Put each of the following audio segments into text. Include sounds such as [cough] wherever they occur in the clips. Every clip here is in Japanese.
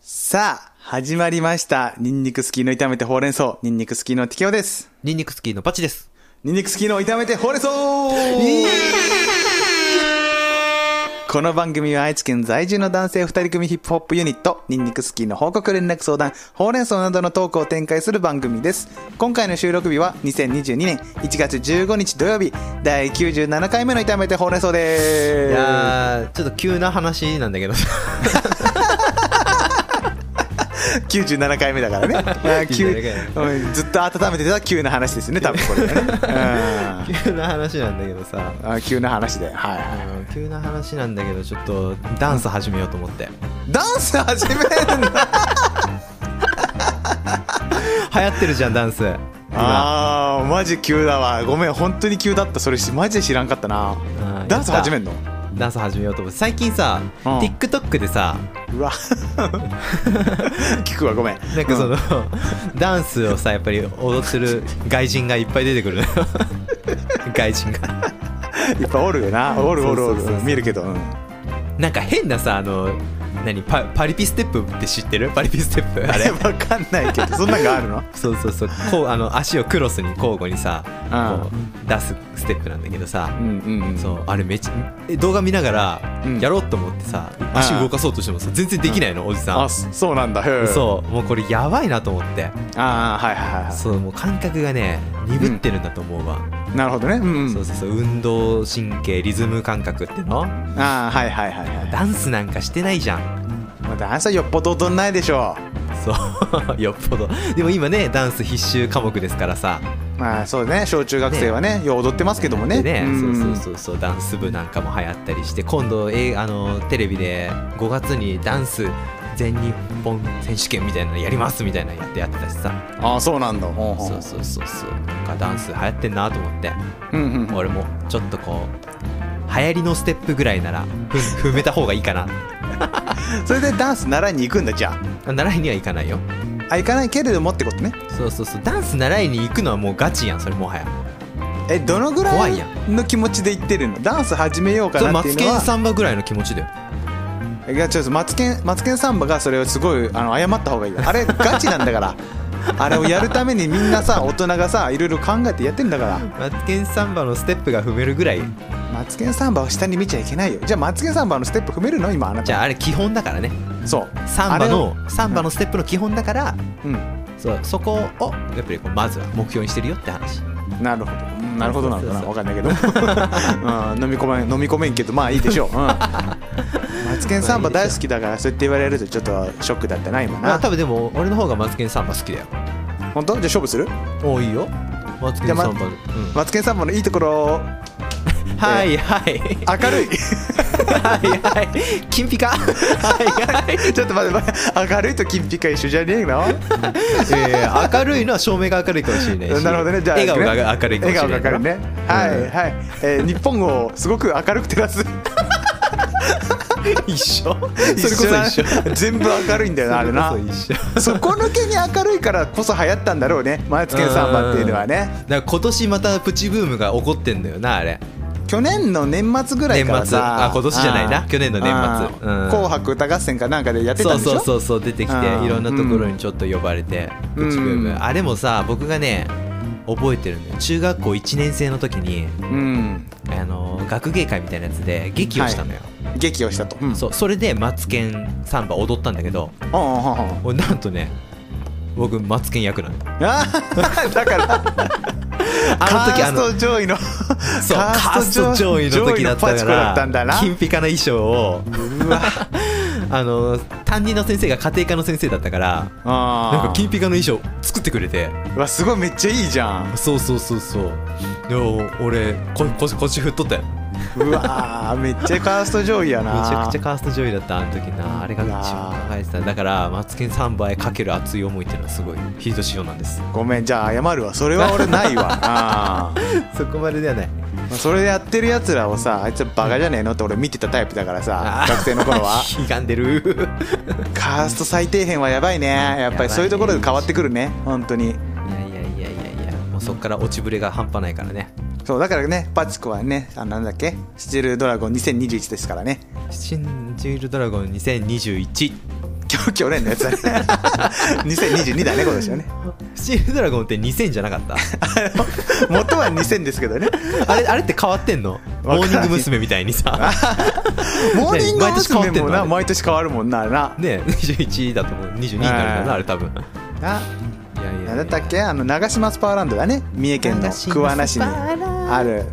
さあ、始まりました。ニンニクスキーの炒めてほうれん草、ニンニクスキーの適応です。ニンニクスキーのパチです。ニンニクスキーの炒めてほうれん草この番組は愛知県在住の男性2人組ヒップホップユニット、ニンニクスキーの報告連絡相談、ほうれん草などのトークを展開する番組です。今回の収録日は2022年1月15日土曜日、第97回目の炒めてほうれん草いです。やー、ちょっと急な話なんだけどさ。 [laughs] 97回目だから [laughs] ねあー急97うんずっと温めてた急な話ですよ [laughs] ね多分これね、うん急な話なんだけどさ。あー急な話ではいあはの急な話なんだけど、ちょっとダンス始めようと思って。いダンス始め [laughs] るんだ流行ってるじゃん、ダンス。今あーマジ急だわごめん本当に急だったそれしマジで知らんかったなーダンス始めんのダンス始めようと思って。最近さ、うん TikTok でさ、うわ [laughs] 聞くわごめんなんかその、ダンスをさ、やっぱり踊ってる外人がいっぱい出てくるの [laughs] よ外人が。いっぱいおるよなおるおるおるそうそうそうそう見るけど、うんなんか変なさ、あの、何パパリピステップって知ってるパリピステップああれれ [laughs] わかんないけどそんなんがあるのそうそうそうこうあの足をクロスに交互にさ、うんこう出すステップなんだけどさう、んうんうんそうあれめっちゃえ動画見ながらうんやろうと思ってさ、足動かそうとしてもさ全然できないの、おじさあんそそうなんだへえそうもうこれやばいなと思ってああはいはいはそうもう感覚がね鈍ってるんだと思うわ、いなるほどねうんうんそうそうそう運動神経リズム感覚っていうのああはいはいはいはいダンスなんかしてないじゃんまあダンスはよっぽど踊んないでしょそう [laughs] よっぽどでも今ねダンス必修科目ですからさうまあそうね小中学生はねよう踊ってますけどもねでうそうんそうそうそうダンス部なんかも流行ったりして今度えーあのテレビで5月にダンス全日本選手権みたいなのやりますみたいなのやってやってたしさああそうなんだほうほうそうそうそうそうなんかダンス流行ってんなと思ってうんうん俺もちょっとこう流行りのステップぐらいなら踏踏めた方がいいかなそれでダンス習いに行くんだじゃあ習いには行かないよああ行かないけれどもってことねそうそうそうダンス習いに行くのはもうガチやんそれもはやえどのぐら怖いいやの気持ちで行ってるのダンス始めようかそうなマっていツうのケンはサンバぐらいの気持ちだよいやちょっとマツケンマツケンサンバがそれをすごいあの謝った方がいいよあれガチなんだから [laughs] あれをやるためにみんなさ大人がさいろいろ考えてやってんだからマツケンサンバのステップが踏めるぐらいマツケンサンバを下に見ちゃいけないよじゃあマツケンサンバのステップ踏めるの今あなたじゃああれ基本だからねそうサンバあのサンバのステップの基本だから、れをうんそうそこをやっぱりこうまずは目標にしてるよって話なるほどなるほどなのかなそわうかんないけど、 [laughs] うん、飲み込めん飲み込めんけどまあいいでしょ [laughs] う、うん、マツケンサンバ大好きだからそうやって言われるとちょっとショックだったな今まあな多分でも俺の方がマツケンサンバ好きだよ本当じゃあ勝負するおおいいよマツケンサンじバ、ゃあうんマツケンサンバのいいところはいはい明るい [laughs] はいはい金ピカはいは [laughs] いちょっと待って待って明るいと金ピカ一緒じゃねえの [laughs] えー、明るいのは照明が明るいかもしれないしなるほどねじゃあ笑顔が明るいかもしれない笑顔が明るいねはい、うんはい、えー日本をすごく明るく照らす一緒それこそれこそそ一緒それこ全部明るいんだよなあれなそ一緒そこ抜けに明るいからこそ流行ったんだろうねマツケンサンバっていうのはねだから今年またプチブームが起こってんだよなあれ去年の年末ぐらいから年末さあ今年じゃないなあー去年の年末あーうん紅白歌合戦かなんかでやってたんでしょそうそうそうそう出てきてうんいろんなところにちょっと呼ばれて、うんプチブーム、うんあれもさ僕がね覚えてるんだよ中学校1年生の時にうんあの学芸会みたいなやつで劇をしたのよ、劇をしたと、うん、そうそれで「マツケンサンバ」踊ったんだけどうんうんうんうん俺なんとね僕マツケン役なのああーだからの時カあーのスト上位のそうカースト上位の時だった上位のパかチコだったんだらな金ピカな衣装をうわ [laughs] あの担任の先生が家庭科の先生だったからなんあかー金ピカの衣装作ってくれてうわすごいめっちゃいいじゃんそうそうそうそうでも俺こ腰腰振っとったよめうわーめっちゃカースト上位やなちゃくちゃカースト上位だったあの時なあれが一番輝いてただからマツケンサンバへかける熱い思いっていうのはすごいヒート仕様なんです [laughs] ごめんじゃあ謝るわそれは俺ないわあーそこまでではないまあそれでやってるやつらをさあいつらバカじゃねえのって俺見てたタイプだからさあー学生の頃 [laughs] は歪んでるカースト最底辺はやばいねやっぱりそういうところで変わってくるね本当にいやいやいやいやいやもうそこから落ちぶれが半端ないからねそうだからねパチコはねあなんだっけスチールドラゴン2021ですからね「シンジールドラゴン2021」今日去年のやつだね [laughs] 2022だね今年はねシールドラゴンって2000じゃ [laughs] なかった元は2000ですけどねあれあれって変わってんのわモかんないーニング娘。みたいにさ [laughs] モーニング毎年変わっ娘。てんものあなれ毎年変わるもんなあれなね21だと思う22になるからはいなあれ多分ないやいやいやなんだったっけあの長島スパーランドがね三重県の桑名市にある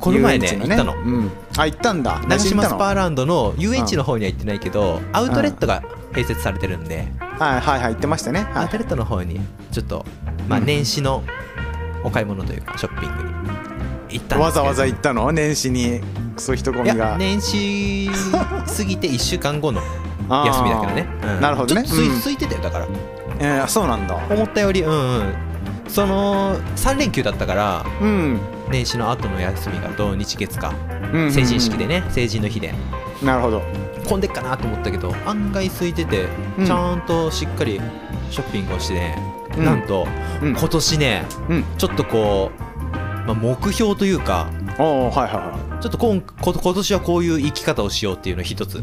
この前ね遊園地行ったのうん、あ行ったんだ長島スパーーランドの遊園地の方には行ってないけどアウトレットが併設されてるんではいはいはい行ってましたね、はアウいトレットの方にちょっとまあうん年始のお買い物というかショッピングに行ったんですけどわざわざ行ったの年始にクソ人混いみやが、年始過ぎて1週間後の [laughs] あー休みだからね、うんなるほどねちょっと空いうん空いてたよだからえー、そうなんだ思ったよりうんうんその3連休だったからうん、年始の後の休みが土日月かうん、成人式でね成人の日でうんなるほど混んでっかなと思ったけど案外空いててうんちゃんとしっかりショッピングをしてね、うんなんとうん今年ねうんちょっとこう、まあ、目標というかおおはいはいはいちょっと今こ今年はこういう生き方をしようっていうのを一つ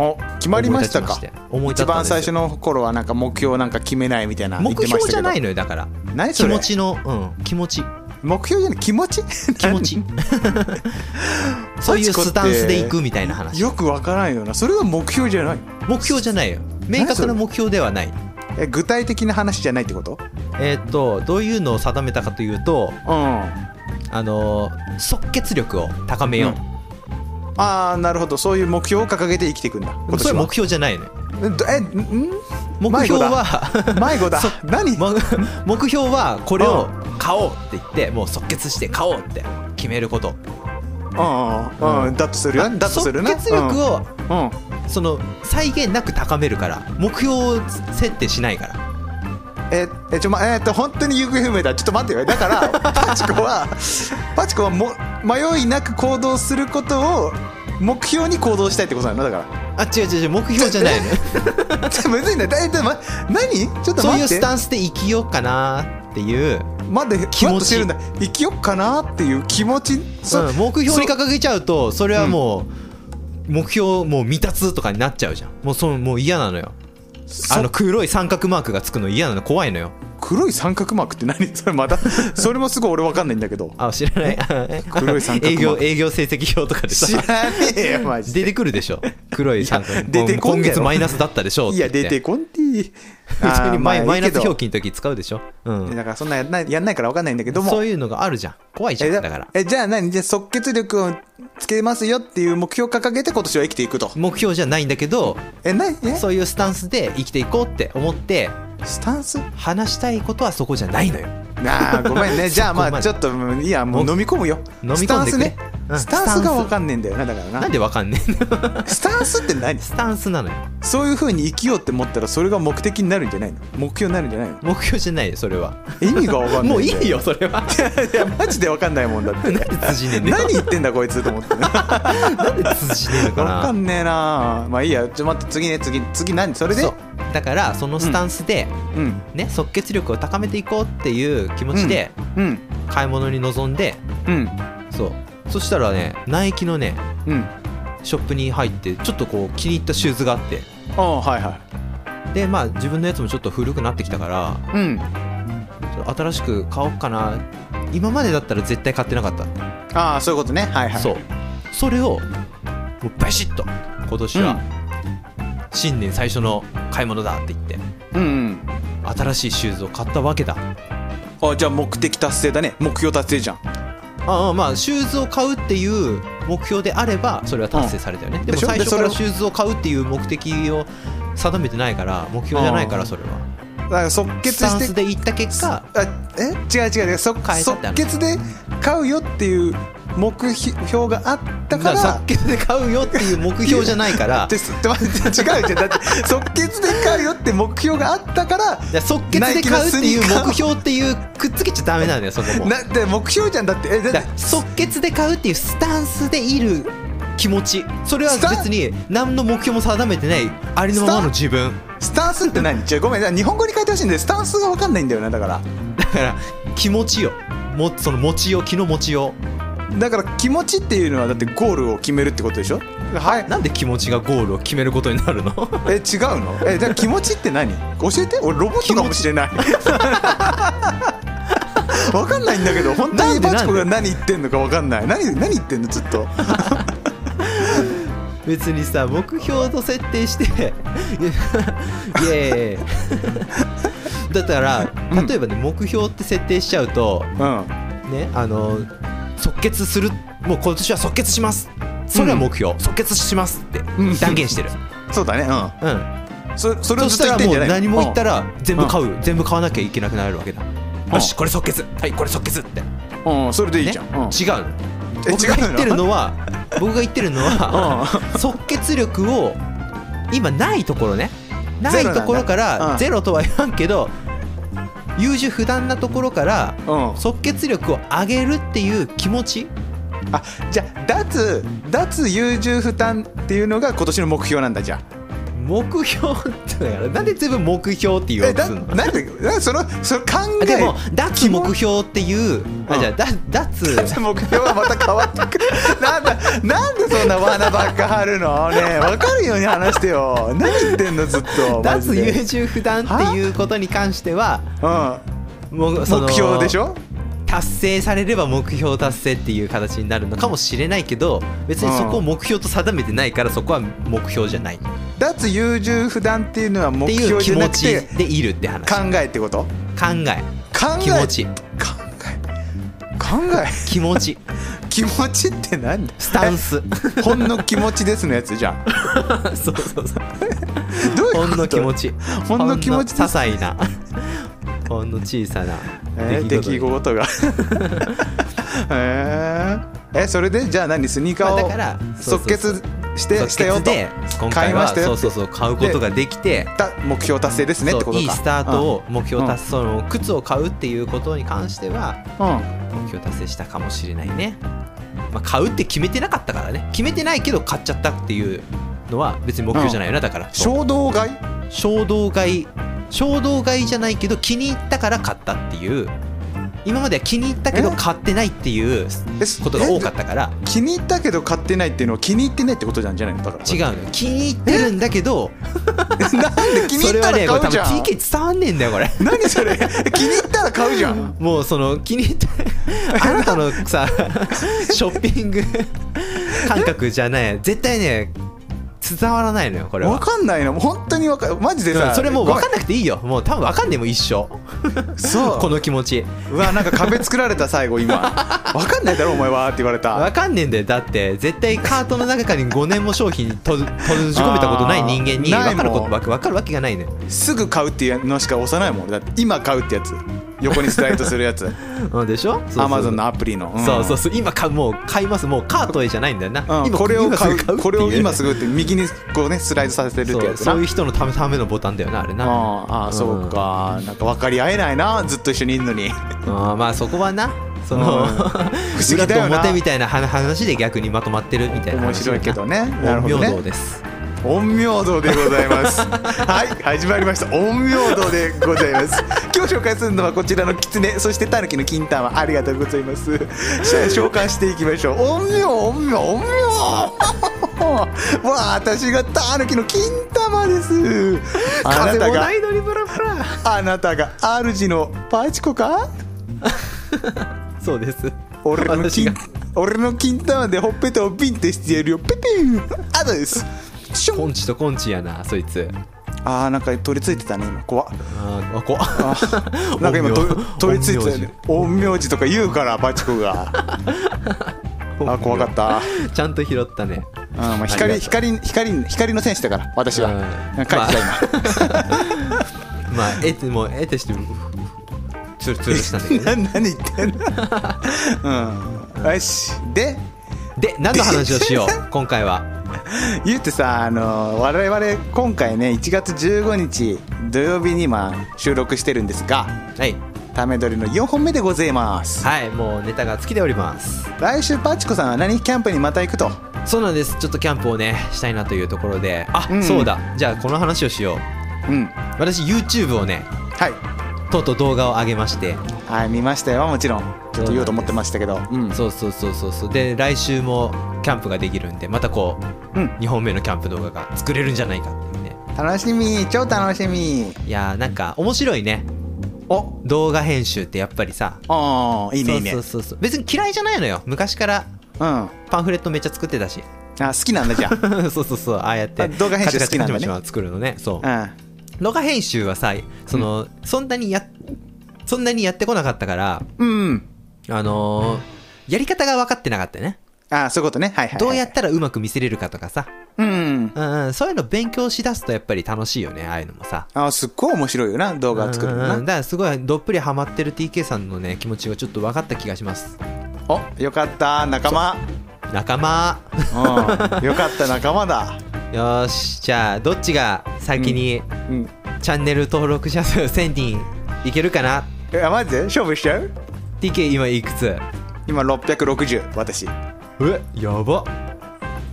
お決まりましたか思い立一ちま番して最初思い立ったんですよの頃はなんか目標なんか決めないみたいな言っ目てまし標たじけゃどないのよだから何気それ持ちの、うん、気持ち目標じゃない気持ち [laughs] 気持ちそういうスタンスでいくみたいな話よくわからんよなそれは目標じゃない目標じゃないよ明確な目標ではないえ具体的な話じゃないってことえーっとどういうのを定めたかというとうんああのー即決力を高めよう、あなるほどそういう目標を掲げて生きていくんだ今年それはは目標じゃないのよどえん目標は迷子だ [laughs] そ何ま目標はこれを買おうって言ってもう即決して買おうって決めることうんうんうんだとするよだとするな即決力をうんうんその際限なく高めるから目標を設定しないからええちょまえーっと本当に行方不明だちょっと待ってよだから [laughs] パチコはパチコはも迷いなく行動することを目標に行動したいってことなのだかあ違う違う違う目標じゃないのら [laughs] ちょむずいんだよだえちょっとま何ちょっとそう待いっうてスタンスで生きようかなっていう、待って気気持ち持ちしてるんだ生きよっかなっていう気持ちそ,、うん目標に掲げちゃうとそれはもう目標もう未達とかになっちゃうじゃんもうそのもう嫌なのよそあの黒い三角マークがつくの嫌なの怖いのよ黒い三角マークって何 [laughs] それまたそれもすごい俺わかんないんだけどあ知らない [laughs] 黒い三角営マーク業営業成績表とかで知さらねえよマジで出てくるでしょ黒い三角出てこん今だろ月マイナスだったでしょいや出てここんてぃ普通にマイマイナス表記の時使うでしょうんだからそんなやんないやんないからわかんないんだけどもそういうのがあるじゃん怖いじゃえんだだからえじゃあ何じゃあ即決力をつけますよっていう目標を掲げて今年は生きていくと目標じゃないんだけどえ何えそういうスタンスで生きていこうって思ってスタンス話したいことはそこじゃないのよなあごめん [laughs] ねじゃあまそこまあでちょっとうんいやもう飲み込むよ飲みス込タんンでスくれねうんスタンスがわスタンかんねえんだよなだからなんでわかんねえんだなスタンスって何スタンスなのよそういうふうに生きようって思ったらそれが目的になるんじゃないの目標になるんじゃないの目標じゃないよそれは意味がわかんないもういいよよそれはいやマジでわかん [laughs] ないもんだってなん [laughs] で通じねえんだよ何言ってんだこいつと [laughs] 思ってねわなんで通じねえのかなかんねえなまあいいやちょ待って次ね次次何それでそうだからそのスタンスで、うんね即決力を高めていこうっていう気持ちでうん買い物に臨んで、うんそうそしたらねナイキのねうんショップに入ってちょっとこう気に入ったシューズがあってああはいはでまあ自分のやつもちょっと古くなってきたかいらうんちょっと新しく買おうかな今までだったら絶対買ってなかった、ああそういうことねはいはいそうそれをもうバシッと今年は、新年最初の買い物だって言ってうんうん新しいシューズを買ったわけだあじゃあ目的達成だね目標達成じゃんああまあシューズを買うっていう目標であればそれは達成されたよね、でもでしょ最初でそかれらをシューズを買うっていう目的を定めてないから目標じゃないからうんそれはだから即ス決タンしスてで行った結果あえ違う違う違う即変えたって即話決で買うよっていう目標があったかだからら即決で買うよっていう目標じゃ [laughs] ないからですって待って違うじゃんだって即決で買うよって目標があったからいや即決で買うっていう目標っていうくっつけちゃダメなんだよそこもなって目標じゃんだってえだだっかてら即決で買うっていうスタンスでいる気持ちそれは別に何の目標も定めてないありのままの自分スタンスって何違うごめん日本語に書いてほしいんでスタンスが分かんないんだよなだからだから気持ちよもその持ちよ気の持ちよだから気持ちっていうのはだってゴールを決めるってことでしょはいなんで気持ちがゴールを決めることになるの [laughs] え違うのえじゃあ気持ちって何教えて俺ロボットかもしれ [laughs] ないわかんないんだけど本当になんでバチコがなん何言ってんのかわかんない何何言ってんのずっと別にさ目標と設定して [laughs] いや [laughs] いやいやだからうん例えばね、目標って設定しちゃうとうんねあの即決するもう今年は即決しますそれは目標、即決しますってうん断言してる、そうだねううん、んそそれをずそしっと言ったらてんもじゃなうい何も言ったらら全部買う、全部買わなきゃいけなくなるわけだ、んよしこれ即決はいこれ即決ってうん、うんそれでいいねじゃん、違ううのんえ僕違がうの言ってる [laughs] のは僕が言ってるのはう即決力を今ないところねないところかゼロなんだうらんゼロとは言わんけど優柔不断なところからん、うん、即決力を上げるっていう気持ちあじゃあ脱脱優柔不断っていうのが今年の目標なんだじゃあ目標ってだからなんで全部目標って言わえれてだるのなんでなんでそのその考あえでも脱目標っていううあんじゃあだ脱目標はまた変わってくる [laughs] なんだなんでそんな罠ばっか張るのねえ分かるように話してよ何言ってんのずっとマジ脱で優柔不断っていうことに関してはうんもうその目標でしょ達成されれば目標達成っていう形になるのかもしれないけど別にそこを目標と定めてないからそこは目標じゃないっ脱優柔不断っていうのは目ていう標気じゃな持くちてでいるって話考考えってことえ考え気持ち考え考え気持ち気持ちって何だスタ [laughs] ンスえほんの気持ちですのやつじゃんそうそうそうどういうことほんの気持ちほんの気持ちほでんの些細なほんの小さなえー出出来来事 [laughs] 事がえーえそれでじゃあ何スニーカまあだからーをそうそう即決して即したよ決とで今買回いまはしたそようそうそう買うことができてだ目標達成ですねってことそうかいいスタートを目標達成成、その靴を買うっていうことに関してはうん、うん目標達成したかもしれないね、まあ、買うって決めてなかったからね決めてないけど買っちゃったっていうのは別に目標じゃないよな、だからそう衝動買い衝動買い衝動買いじゃないけど気に入ったから買ったっていう今までは気に入ったけどえ買ってないっていうえことが多かっえたから気に入ったけど買ってないっていうのは気に入ってないってことなんじゃないのだから違うのよ気に入ってるんだけど [laughs] なんで気にそ入れっはたねらこれ買多うじ分ゃん TK 伝わんねえんだよこれ何それ [laughs] え気に入ったら買うじゃんもうその気に入っ [laughs] たあなたのさショッピング感覚じゃない絶対ね伝わらないのよこれわは。かんないのもう本当にわかんマジでうさんそれもう分かんななくていいよもう多分分かんねえもん一生いそうこの気持ちうわなんか壁作られた最後今わかんないだろお前はって言われた分かんねえんだよだって絶対カートの中に5年も商品と閉じ込めたことない人間にあー分かるこなと分かるわけがないのよすぐ買うっていうのしか押さないもんだって今買うってやつ横にスライドする [laughs] やつうんでしょそうそうそうアマゾンのアプリの、んそうそうそう今買うもう買いますもうカートへじゃないんだよな、うん今これを今す買うぐっていうこれを今すぐって右にこうねスライドさせるってそやうつなそういう人のためためのボタンだよなあれなああああそうか、なんか分かり合えないなずっと一緒にいるのにあーまあそこはなその、うん議裏だとよな表みたいな話話で逆にまとまってるみたいな面話だ白いけどねなるほ陰ど陽道ねです陰陽道でございます [laughs] はい始まりました陰陽道でございます今日紹介するのはこちらの狐そしてタヌキの金玉ありがとうございますじゃあ召喚していきましょう陰陽陰陽陰陽私がタヌキの金玉ですあなたがいのにブラブラあなたが主のパチコかそうです俺の私金が俺の金玉でほっぺたをピンってしてやるよピピンあとですショコンンチとコンチやなそいつあーなんか取り付いてたね今怖っあーあこあーなんか今陰陽と取り付いてたよね陰陰陽師とか言うからバチコ [laughs] があ怖かったちゃんと拾ったねうんまああ光りがと光光光の戦士だから私はうん書いてた今まあえてもうえてしてツルツルしたんだけどね [laughs] な何言ってん [laughs] のうんよしでで何の話をしよ [laughs] う今回は言うてさ、あの我々今回ね1月15日土曜日にまあ収録してるんですがはいため撮りの4本目でございます、はいもうネタが尽きております来週パチコさんは何キャンプにまた行くとそうなんですちょっとキャンプをねしたいなというところであ、うんそうだじゃあこの話をしよううん私 YouTube をねはいとうとう動画を上げまして、はい見ましたよもちろんちょっと言おうと思ってましたけどうんそうそうそうそうそうで来週もキキャンプができるんでまたこう、うん2本目のキャンプ動画が作れるんじゃないかっていうね楽しみ超楽しみいやーなんか面白いねお動画編集ってやっぱりさああいいねいいねそうそうそうそう別に嫌いじゃないのよ昔からうんあパンフレットめっちゃ作ってたし [laughs] 好きなんだじゃそうそうそうああやってあ動画編集好きなんだねカチカチカチカチカチ作るのねそう、 [laughs] あ動画編集はさその、そんなにやそんなにやってこなかったからうんうんあのーやり方が分かってなかったよねああそういうことねはいはい、はい、どうやったらうまく見せれるかとかさ、うんうんうん、そういうの勉強しだすとやっぱり楽しいよねああいうのもさああすっごい面白いよな動画を作るのな、うんうんだからすごいどっぷりハマってる TK さんのね気持ちがちょっと分かった気がしますおよかった仲間仲 [laughs] 間うんよかった仲間だよーしじゃあどっちが先にうんチャンネル登録者数1000人いけるかなえマジで勝負しちゃう TK 今いくつ今660私えやば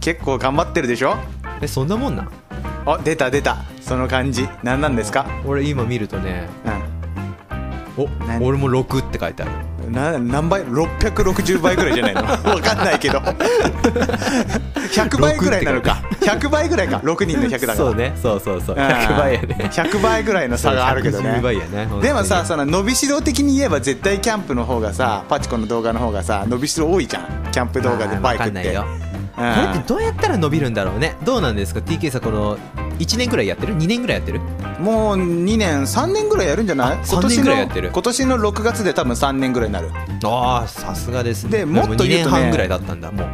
結構頑張ってるでしょえそんなもんなんあ出た出たその感じ何なんですか俺今見るとねうお何俺も6って書いてあるんな何倍660倍ぐらいじ [laughs] ゃないのわかんないけど100倍ぐらいなのか100倍ぐらいか6人の100だからそうねそうそうそううん100倍やね100倍ぐらいの差があるけどね110倍やね本当にでもさその伸びしろ的に言えば絶対キャンプの方がさパチコの動画の方がさ伸びしろ多いじゃんキャンプ動画であーバイわクっかんてないようこんれってどうやったら伸びるんだろうねどうなんですか TK さんこの1年ぐらいやってる2年ぐらいやってるもう2年3年ぐらいやるんじゃないあ今3年の年ぐらいやってる今年の6月で多分3年ぐらいになるああさすがですねでもっと2言うと年ね半ぐらいだったんだもう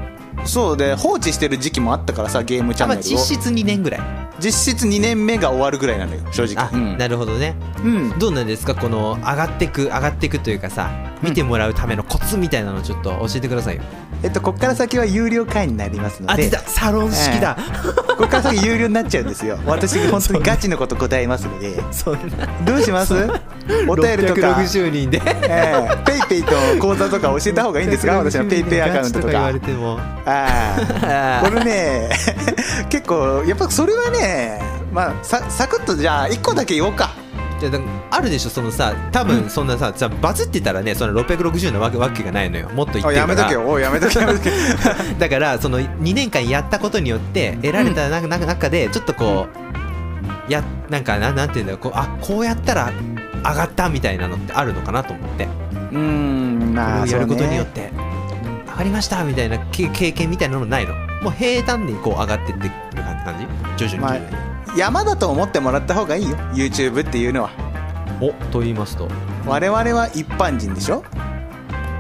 そうで放置してる時期もあったからさゲームチャあンまネあルを実質2年ぐらい実質2年目が終わるぐらいなのよ正直あ、うんなるほどねうんどうなんですかこの上がってく上がってくというかさ見てもらうためのコツみたいなのちょっと教えてくださいよえっとこっから先は有料会になりますのあで出たサロン式 [laughs] だ、ここから先有料になっちゃうん [laughs] ですよ私本当にガチのこと答えますのでそんなどうします [laughs] お便りとか660 [laughs] 人でええペイペイと口座とか教えた方がいいんですか私のペイペイアカウントとガチ言かわれてもあああこれね [laughs] 結構やっぱそれはねまあさサクッとじゃあ1個だけ言おうかーいやだからあるでしょそのさ多分そんなさ、さバズってたらねその660なわけわけがないのよもっと言っておるいからやめとけよおいやめとけやめ [laughs] とけだからその2年間やったことによって得られたなな中でちょっとこう、やなんかななんていうんだろうこうあこうやったら上がったみたいなのってあるのかなと思ってうーんまあやることによっそうねて、上がりましたみたいなけ経験みたいなのないのもう平坦にこう上がってってる感じ徐々に、山だと思ってもらった方がいいよ YouTube っていうのはおと言いますと我々は一般人でしょ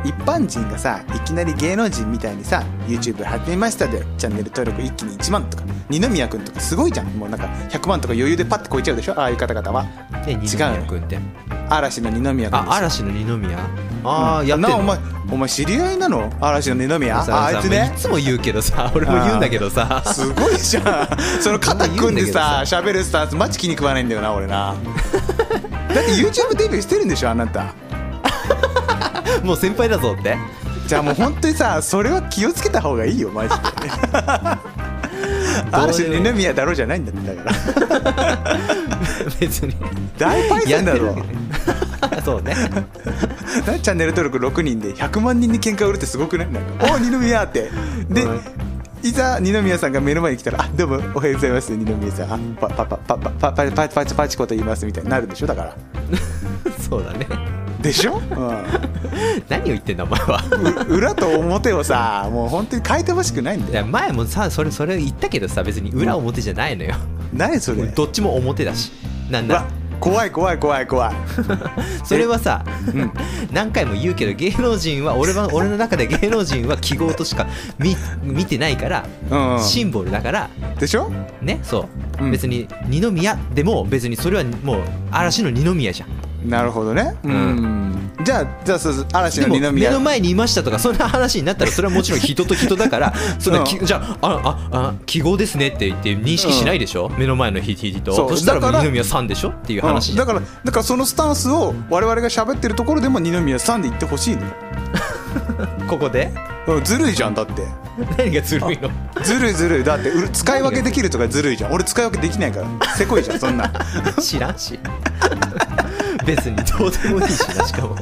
一般人がさいきなり芸能人みたいにさ YouTube 始めましたでチャンネル登録一気に1万とか二宮君とかすごいじゃんもうなんか100万とか余裕でパッて超えちゃうでしょああいう方々はで二宮君って嵐の二宮君ですよあ嵐の二宮ああ、うんやってんなおの前お前知り合いなの嵐の二宮さああいつねいつも言うけど [laughs] さ俺も言うんだけどさすごいじゃ [laughs] んその肩組んでさ喋るスタンスマジ気に食わないんだよな俺なだって YouTube デビューしてるんでしょあなたもう先輩だぞって [laughs] じゃあもう本当にさそれは気をつけた方がいいよマジ [laughs] で嵐の二宮だろじゃないんだってだから別に大パイセンだろやってるね [laughs] そうねなチャンネル登録6人で100万人に喧嘩売るってすごくないなん [laughs] か「おお二宮!」ってで、うんいざ二宮さんが目の前に来たら「あどうもおはようございます二宮さんあパパパパパパパパパチパチこと言います」みたいになるでしょだからそうだねでしょ、何を言ってんだお前はうん、う裏と表をさもう本当に変えてほしくないんいだよや前もさそれそれ言ったけどさ別に裏表じゃないのよ何それどっちも表だしなうんわだ怖い怖い怖い怖いそれはさ、ん [laughs] 何回も言うけど芸能人は俺は俺の中で芸能人は記号としか見見てないから、うんうんシンボルだからでしょねそう、うん別に二宮でも別にそれはもう嵐の二宮じゃんなるほどねうん、じゃあじゃあそうそう嵐でのも二宮目の前にいましたとかそんな話に [laughs] なったらそれはもちろん人と人だからそんなきうじゃああああ記号ですねって言って認識しないでしょ、目の前の人とそうそしたらだから二宮さんでしょっていう話じゃだん、からだからそのスタンスを我々が喋ってるところでも二宮さんで言ってほしいのよこ [laughs] こでうんずるいじゃんだって何がずるい [laughs] のずるいずるいだってう使い分けできるとかずるいじゃん俺使い分けできないからせこいじゃんそんな知らんし [laughs] 別にどうでもいいしなし [laughs] かも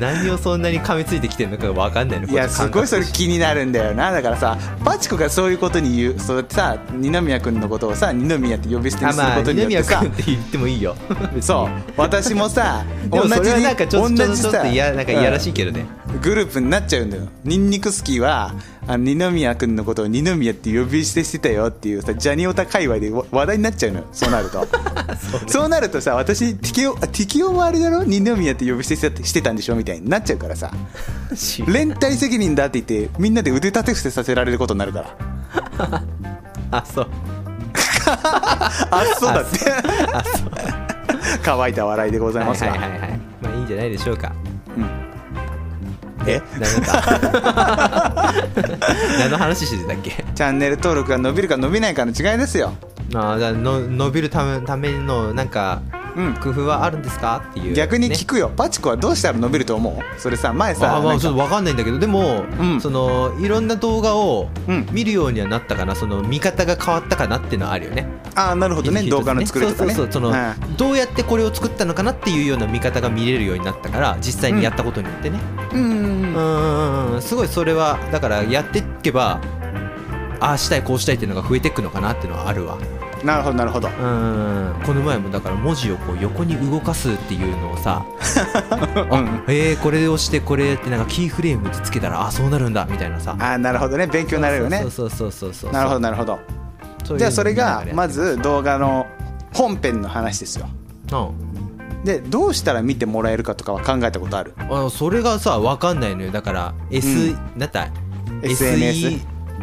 何をそんなに噛みついてきてるのか分かんない [laughs] のいやすごいそれき気になるんだよなだからさパチコがそういうことに言うそうやってさ二宮君のことをさ二宮って呼び捨てにあするまあことに二よって宮さ、君って言ってもいいよそう私も [laughs] さで同もじそれはになんかちょっとちょ同っとじちょっさといやなんかいやらしういけどね、んグループになっちゃうんだよニンニクスキーはあの二宮君のことを二宮って呼び捨てしてたよっていうさジャニオタ界隈でわ話題になっちゃうのよそうなる [laughs] とそうなるとさ私適応適応もあれだろ二宮って呼び捨てしてたしてたんでしょみたいになっちゃうからさし連帯責任だって言ってみんなで腕立て伏せさせられることになるからあそうあそうだって乾いた笑いでございはまいすはが、いはいはいまあいいんじゃないでしょうか [laughs] えダメか何の話してたっけチャンネル登録が伸びるか伸びないかの違いですよあーじゃあの伸びるためためのなんかうん工夫はあるんですかっていう逆にね聞くよ、パチコはどうしたら伸びると思うそれさ前さあまなあんちょっかと分かんないんだけどでも、うんそのいろんな動画をうん見るようにはなったかなその見方が変わったかなっていうのはあるよね。あなるほどね一つ一動つ画の作りとかねそうそうそうその、うどうやってこれを作ったのかなっていうような見方が見れるようになったから実際にやったことによってね。んううんんうんうんうんうんすごいそれはだからやっていけばああしたいこうしたいっていうのが増えていくのかなっていうのはあるわ。なるほどなるほ [laughs] どうんこの前もだから文字をこう横に動かすっていうのをさうんあえー、これをしてこれやってなんかキーフレームつけたらあそうなるんだみたいなさあなるほどね勉強になるよねそうそうそうそうそうなるほどどなるほどじゃあそれがまず動画の本編の話ですようんでどうしたら見てもらえるかとかは考えたことあるあそれがさ分かんないのよだから S、なんだ SNS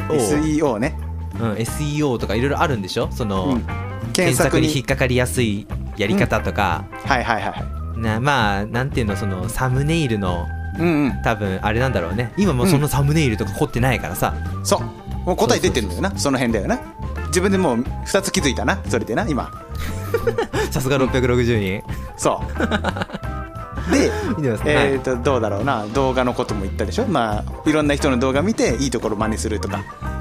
SE SEO ねうん、SEO とかいろいろあるんでしょその、うん検検索索にに引っかかりやすいやり方とか、はいはいはいはなまあなんていうのそのサムネイルのいうん多分あれなんだろうね今もうそのサムネイルとか凝ってないからさ、 [laughs] うんそうもう答え出てるんだよなその辺だよな自分でもう2つ気づいたなそれでな今さすが660人そう [laughs] で見てますねえー、とどうだろうな動画のことも言ったでしょまあいろんな人の動画見ていいところ真似するとか、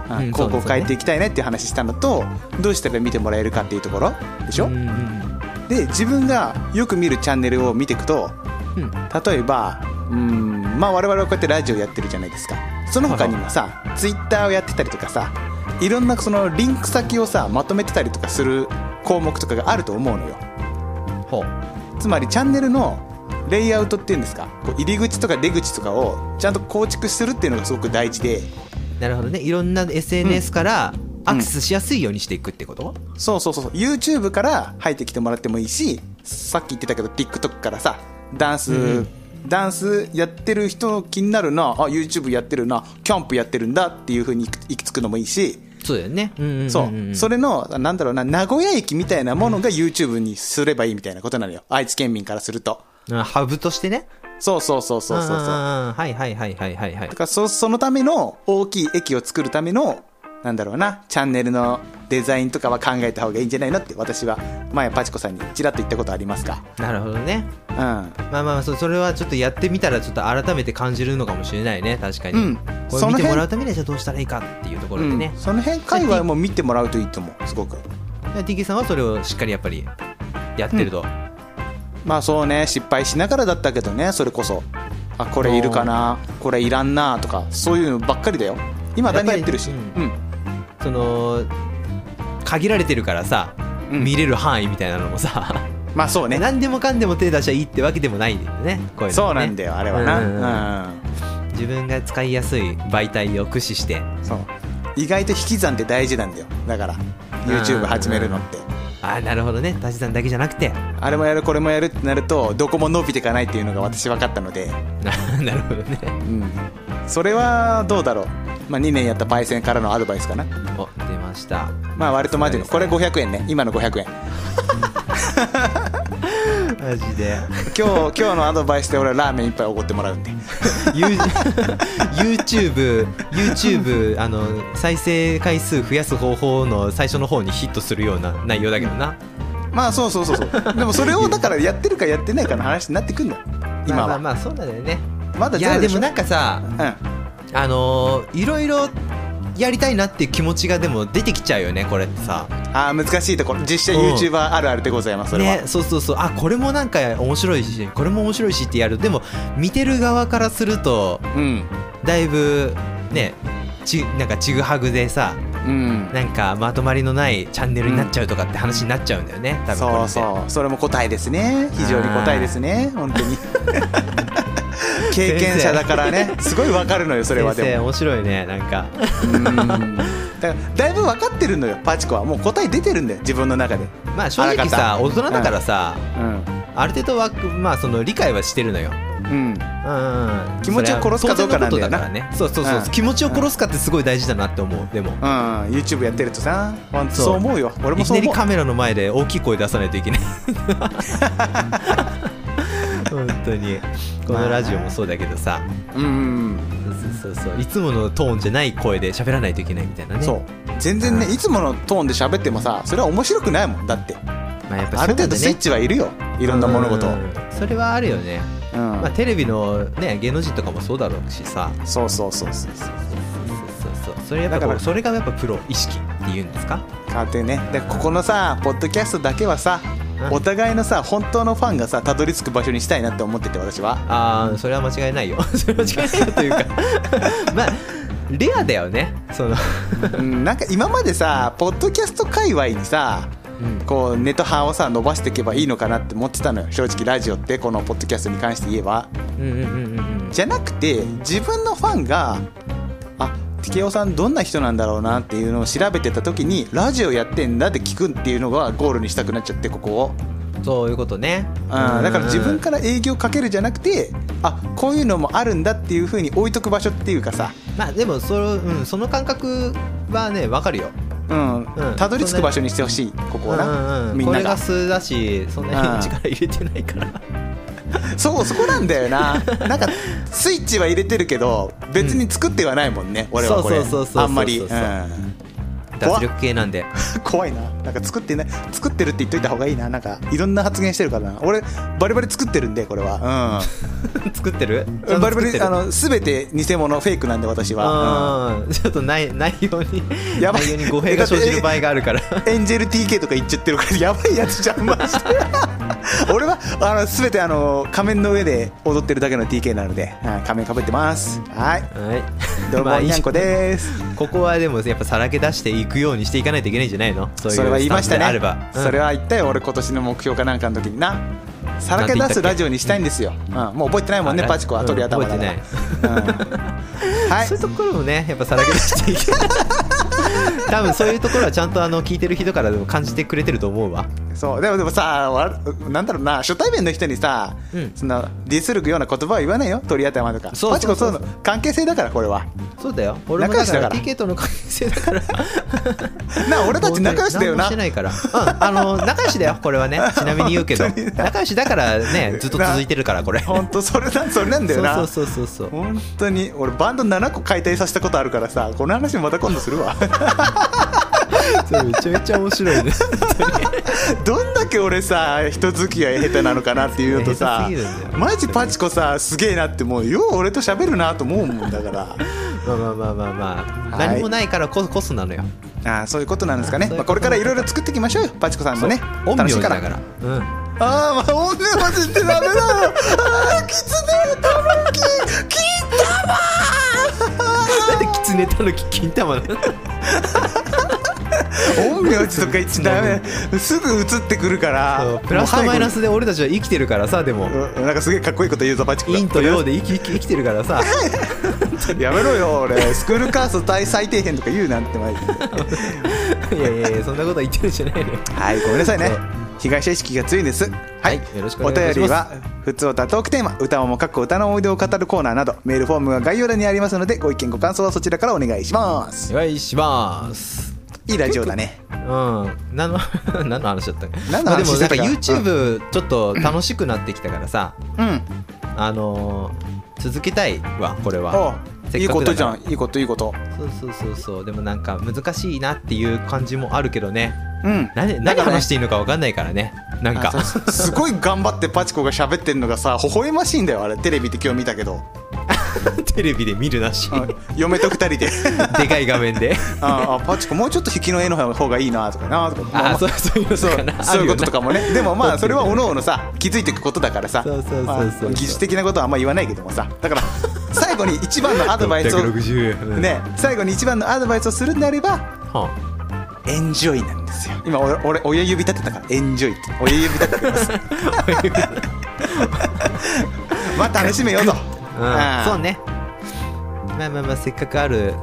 あうんこそううでこうすよ変ねえていきたいねっていう話したのとどうしたら見てもらえるかっていうところでしょ、うんうんうんで自分がよく見るチャンネルを見ていくとうん例えばうんまあ我々はこうやってラジオやってるじゃないですかその他にもさツイッターをやってたりとかさいろんなそのリンク先をさまとめてたりとかする項目とかがあると思うのよほうつまりチャンネルのレイアウトっていうんですかこう入り口とか出口とかをちゃんと構築するっていうのがすごく大事でなるほどねいろんな SNS からアクセスしやすいようにしていくってこと、そうそうそうそう YouTube から入ってきてもらってもいいしさっき言ってたけど TikTok からさダンス、うんダンスやってる人気になるなあ YouTube やってるなキャンプやってるんだっていうふうに行き行き着くのもいいしそうだよね、うんうんうんうんそうそれのなんだろうな名古屋駅みたいなものが YouTube にすればいいみたいなことなのよ愛知県民からするとあハブとしてねそうそうそうそうそうそうあーはいはいはいはいはいはだいからそそのための大きい駅を作るためのなんだろうなチャンネルのデザインとかは考えた方がいいんじゃないのって私は前パチコさんにちらっと言ったことありますかなるほどねうんまあまあそそれはちょっとやってみたらちょっと改めて感じるのかもしれないね確かに、うんこそれの見辺てもらうためにはじゃあどうしたらいいかっていうところでねうん、その辺界隈も見てもらうといいと思うすごくで TK さんはそれをしっかりやっぱりやってると、まあそうね失敗しながらだったけどねそれこそあこれいるかなこれいらんなとかそういうのばっかりだよ今だにやってるしやっうぱんその限られてるからさ、うん見れる範囲みたいなのもさ、まあそうね何でもかんでも手出しちゃいいってわけでもないんだよねこういうのねそうなんだよあれはなうんうんうんうん自分が使いやすい媒体を駆使してそう意外と引き算って大事なんだよだから YouTube 始めるのってああなるほどね足し算だけじゃなくて [laughs] あれもやるこれもやるってなるとどこも伸びていかないっていうのが私分かったので、ななるほどねうん、それはどうだろう、まあ、2年やったパイセンからのアドバイスかなお出ましたまあ割とマジのそこうれですね500円ね今の500円マジで [laughs] 今日今日のアドバイスで俺はラーメン一杯おごってもらうんで You- YouTube, YouTube あの再生回数増やす方法の最初の方にヒットするような内容だけどな、まあそうそうそうそうでもそれをだからやってるかやってないかの話になってくんだよ今まあまあはまあそうなんだよねまだいゼやロででしょもなんかさうんあのーいろいろやりたいなっていう気持ちがでも出てきちゃうよねこれってさああ難しいところ実写うん YouTuber あるあるでございますそれは、ねそうそうそうあこれもなんか面白いしこれも面白いしってやるでも見てる側からするとうんだいぶねちなんかちぐはぐでさうんなんかまとまりのないチャンネルになっちゃうとかって話になっちゃうんだよね、多分こそれっうてそうそれも答えですね非常に答えですね本当に経験者だからねすごいわかるのよそれは先生でも面白いねなん [laughs] かうんだからだいぶ分かってるのよパチコはもう答え出てるんだよ自分の中でまあ正直あらさかた大人だからさ、うんある程度はまあその理解はしてるのようんうんうん気持ちを殺すかどうかなんだよなそれは当然のことからねそうそうそう、うん気持ちを殺すかってすごい大事だなって思うでもうん、YouTube やってるとさほんとそうそう思うよ俺もいきそうなり思うカメラの前で大きい声出さないと [laughs] いけない本当にこのラジオもそうだけどさ、うんうんそうそうそういつものトーンじゃない声で喋らないといけないみたいなうんねそう全然ねうんいつものトーンで喋ってもさそれは面白くないもんだってまあやっぱある程度スイッチはいるよいいろんな物事をそれはあるよね、うんまあ、テレビのね芸能人とかもそうだろうしさそうそうそうそうそうそうそうそうそれやっぱだかこらうそれがやっぱプロ意識っていうんですか変わってるねでここのさポッドキャストだけはさうんお互いのさ本当のファンがさたどり着く場所にしたいなって思ってて私 [laughs] はああそれは間違いないよ [laughs] それは間違いないよというか [laughs] まあレアだよねその、うんなんか今までさポッドキャスト界隈にさこうネット派をさ伸ばしていけばいいのかなって思ってたのよ正直ラジオってこのポッドキャストに関して言えばうんうんうんうんうんじゃなくて自分のファンがあケオさんどんな人なんだろうなっていうのを調べてた時にラジオやってんだって聞くっていうのがゴールにしたくなっちゃってここをそういうことねうんだから自分らから営業かけるじゃなくてあこういうのもあるんだっていうふうに置いとく場所っていうかさ、まあでもそ,、うん、その感覚はねわかるようんんたどり着く場所にしてほしいここをな、うんうん、みんこなれがが素だしそんなに力入れてないからそうそこなんだよ [laughs] ななんかスイッチは入れてるけど別に作ってはないもんね、俺はこれそうそうそうそうそうあんまり、そううんそう [laughs] 脱力 [laughs] 系なんで怖いななんか作ってない作ってるって言っといた方がいいななんかいろんな発言してるからな俺バリバリ作ってるんでこれは、作ってる [laughs] うんバリバリああのの全て偽物フェイクなんで私は、うんうんちょっと内内容に [laughs] やばい内容に語弊が生じる場合があ [laughs] るからエンジェル TK とか言っちゃってるからやばいやつじゃんマジで俺はあの全てあの仮面の上で踊ってるだけの TK なので、はい仮面かぶってますはいはいどうまもあいいにゃんこですここはでもやっぱさらけ出していくようにしていかないといけないんじゃないのそういうそれは言いましたねスタンスであれば、うんそれは言ったよ俺今年の目標かなんかの時になさらけ出すラジオにしたいんですよ、うん、もう覚えてないもんねあパチコはうん鳥頭だから、覚えうんはいそういうところもねやっぱさらけ出していけ [laughs] 多分そういうところはちゃんとあの聞いてる人からでも感じてくれてると思うわそうでもでもさわなんだろうな初対面の人にさ、うんそのディスるような言葉は言わないよ鳥頭とかそうそうそパチコそういうそううの関係性だからこれはそうだよ俺も仲だ良しかだからら TK との関係性だから [laughs] な [laughs] 俺たち仲良しだよな何もしてないから、うん、あの仲良しだよこれはねちなみに言うけ [laughs] ど本当にな仲良しだからねずっと続いてるからこれ本当それなそれなんだよなそうそうそうそうそう本当に俺バンド7個解体させたことあるからさこの話もまた今度するわ [laughs] そうめちゃめちゃ面白いねどんだけ俺さ人付き合い下手なのかなっていうのとさ下手すぎるんだよマジパチコさすげえなってもうよう俺と喋るなと思うもんだからまあまあまあまあまあ、はい何もないからこそこそなのよあーそういうことなんですかねそういうまあ、ことこれからいろいろ作っていきましょうよパチコさんもねそう楽しい陰か陽だらからうんあーまあ音声マジってダメだよあーきつねたまききなんでキツネタヌキ金玉なの音名字とか言っちゃダ [laughs] メすぐ映ってくるからそうプラスとマイナススで俺たちは生きてるからさでもなんかすげえかっこいいこと言うぞパチコ陰と陽で生き生き生きてるからさやめろ [laughs] よ俺スクールカースト大最底辺とか言うなんてマ [laughs] ジでいやいやいやそんなことは言ってるんじゃないのよはいごめんなさいねそう被害者意識が強いんですはい、はいよろしくお願いしお便ますりは普通歌トークテーマ歌ももかっこ歌の思い出を語るコーナーなどメールフォームが概要欄にありますのでご意見ご感想はそちらからお願いしますお願いしますいいラジオだねうん、何の何の話だったっけ何の話まあでもなしてたんかか YouTube ちょっと楽しくなってきたからさ、うんあのー続けたいわこれおうはいいことじゃんんいいこといいことそうそうそうそうでもなんか難しいなっていう感じもあるけどねうん何だか何らね話していいのか分かんないからねなんかあそうすごい頑張ってパチコが喋ってるのがさ微笑ましいんだよあれテレビで今日見たけど [laughs] テレビで見るなし、あ嫁と二人で [laughs] でかい画面で。ああパチコもうちょっと引きの絵の方がいいなとかなとかまあまそうそういうのそうかなそういうこととあかもねでも [laughs] まあそれはおのおのさ気づいていくことだからさそうそうそうそうまあ技術的なことはあんま言わないけども [laughs] さだから最後に一番のアドバイるスよをな660うんね最後に一番のアドバイスをするんであれば [laughs] はあエンジョイなんですよ今俺俺親指立てたからエンジョイって親指立ててます [laughs] まあ楽しめよと、うんそうねねまあまあまあせっかくある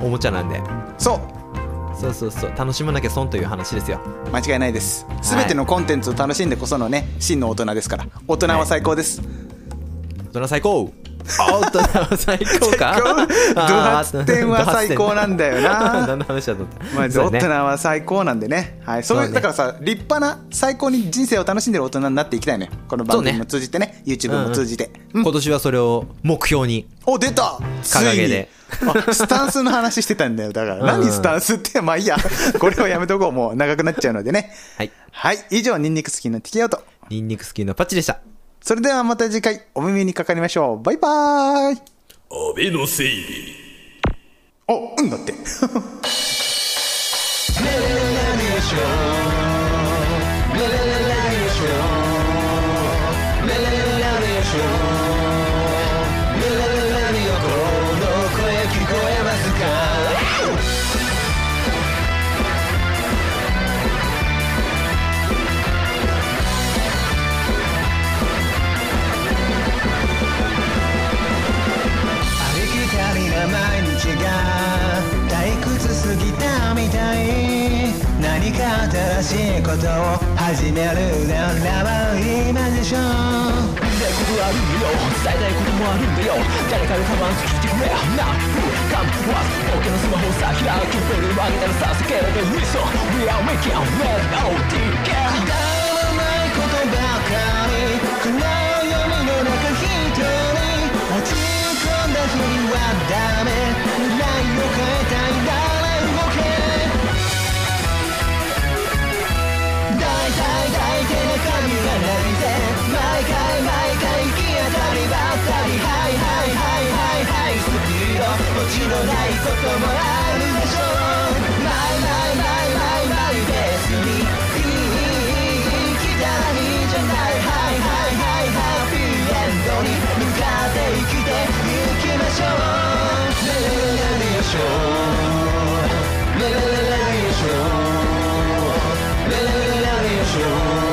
おもちゃなんでそうそうそうそう楽しまなきゃ損という話ですよ間違いないです全てのコンテンツを楽しんでこそのね真の大人ですから大人は最高です、大人最高あ大人は最高かド発展は最高んなんだよ何なの話だと思ったまあ、大そうだ人ねは最高なんでね、はい、そうそういうだねからさ立派な最高に人生を楽しんでる大人になっていきたいねこの番組も通じてね YouTube も通じて、うん今年はそれを目標にお出た掲げでついにあスタンスの話してたんだよだから、うん何スタンスってまあいいやこれはやめとこうもう長くなっちゃうのでねはいはい以上ニンニク好きのティキオとニンニクスキーのパッチでしたそれではまた次回お耳にかかりましょうバイバーイ安倍の整理おうんだってありきたりな毎日が退屈すぎたみたい何か新しいことを始めるならば今でしょ言いたいことあるんだよ伝えたいこともあるんだよ誰かの構わず聞いてくれなあ Come to us オケのスマホさ開けてるわけならさ叫べるそう We are making a red OTK くだらないことばかり暗い闇の中一人落ち込んだふりはダメ未来を変えたいなら動け大体大抵の神が泣いて毎回毎回行き当たりばったりはいはいはいはいはいスピード落ちのないこともあるでしょうマイマイマイマイマイ別にいい行きたいじゃないはいはいはいハッピーエンドに向かって生きていきましょうレレレレレよいしょレレレレレよいしょ Love you.